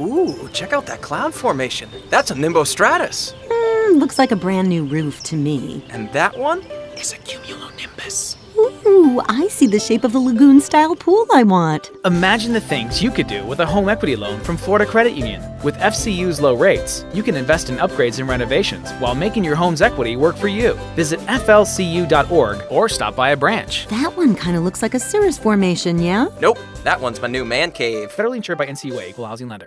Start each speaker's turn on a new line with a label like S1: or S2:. S1: Ooh, check out that cloud formation. That's a nimbostratus.
S2: Mm, looks like a brand new roof to me.
S1: And that one is a cumulonimbus.
S2: Ooh, I see the shape of the lagoon style pool I want.
S3: Imagine the things you could do with a home equity loan from Florida Credit Union. With FCU's low rates, you can invest in upgrades and renovations while making your home's equity work for you. Visit flcu.org or stop by a branch.
S2: That one kind of looks like a cirrus formation, yeah?
S1: Nope, that one's my new man cave.
S3: Federally insured by NCUA, equal housing lender.